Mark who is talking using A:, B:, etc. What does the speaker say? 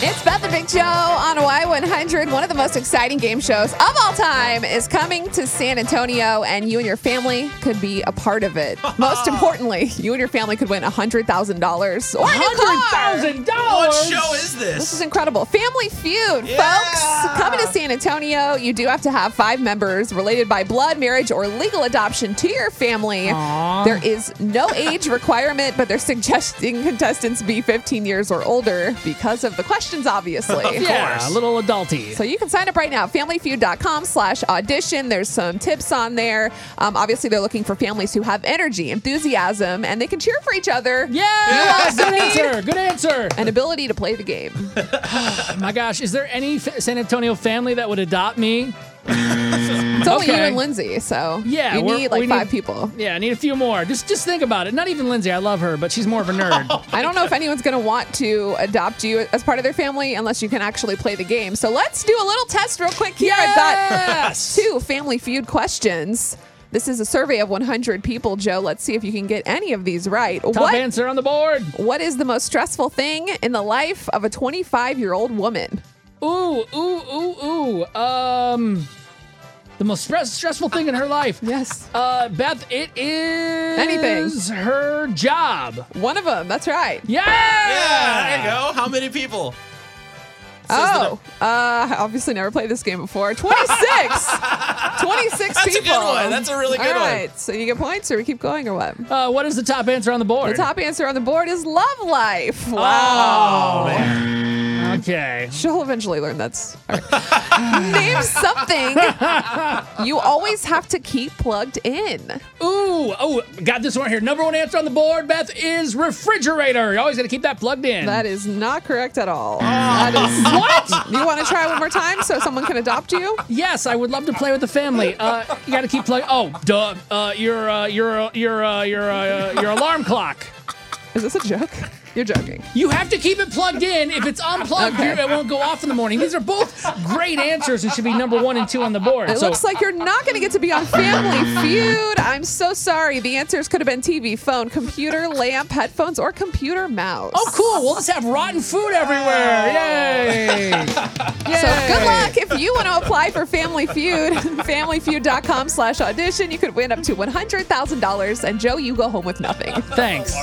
A: It's Beth and Big Joe on Y100. One of the most exciting game shows of all time is coming to San Antonio, and you and your family could be a part of it. most importantly, you and your family could win $100,000 or a new car.
B: What
C: $100,000?
B: show is this?
A: This is incredible. Family Feud,
B: Yeah.
A: folks. Coming to San Antonio, you do have to have five members related by blood, marriage, or legal adoption to your family. There is no age requirement, but they're suggesting contestants be 15 years or older because of the questions, obviously.
C: Yeah,
B: course.
C: a little adulty.
A: So you can sign up right now, familyfeud.com slash audition. There's some tips on there. Um, obviously, they're looking for families who have energy, enthusiasum, and they can cheer for each other.
C: yeah,
A: also
C: good
A: need-
C: answer. Good answer.
A: An ability to play the game.
C: Oh my gosh, is there any fa- San Antonio family that would adopt me?
A: It's only you
C: Okay.
A: and Lindsay, so
C: Yeah,
A: you
C: we're-
A: need like
C: we
A: five
C: need-
A: people.
C: Yeah, I need a few more. Just just think about it. Not even Lindsay. I love her, but she's more of a nerd.
A: I don't know if anyone's going to want to adopt you as part of their family unless you can actually play the game. So let's do a little test real quick here. I've got two Family Feud questions. This is a survey of 100 people, Joe. Let's see if you can get any of these right.
C: Top
A: what
C: answer on the board.
A: What is the most stressful thing in the life of a 25 year old woman?
C: Ooh, ooh, ooh, ooh. Um, the most stress- stressful thing in her life.
A: Yes.
C: Uh, Beth, it is
A: Anything.
C: Her job.
A: One of them. That's right.
C: Yeah.
B: yeah, there you go. How many people?
A: Oh, uh, I obviously never played this game before. 26. 26
B: That's a
A: people.
B: good one. That's a really good
A: All
B: one.
A: right. So you get points or we keep going or what?
C: Uh, what is the top answer on the board?
A: The top answer on the board is love life.
B: Oh.
A: Wow.
C: Okay.
A: She'll eventually learn that's. all right. Name something you always have to keep plugged in.
C: Ooh, oh, got this one here. Number one answer on the board, Beth, is refrigerator. You always got to keep that plugged in.
A: That is not correct at all.
C: Ah.
A: That is what? You want to try one more time so someone can adopt you?
C: yes, I would love to play with the family. Uh, you got to keep plugging. Oh, duh. Uh, your uh, your your uh, your uh, your alarm clock.
A: Is this a joke? You're joking.
C: You have to keep it plugged in. If it's unplugged,
A: Okay.
C: you- it won't go off in the morning. These are both great answers and should be number one and two on the board.
A: It
C: so
A: looks like you're not going to get to be on Family Feud. I'm so sorry. The answers could have been TV, phone, computer, lamp, headphones, or computer mouse.
C: Oh, cool. We'll just have rotten food everywhere. Yay. Yay.
A: So good luck if you want to apply for Family Feud. FamilyFeud.com slash audition. You could win up to $100,000. And Joe, you go home with nothing.
C: Thanks.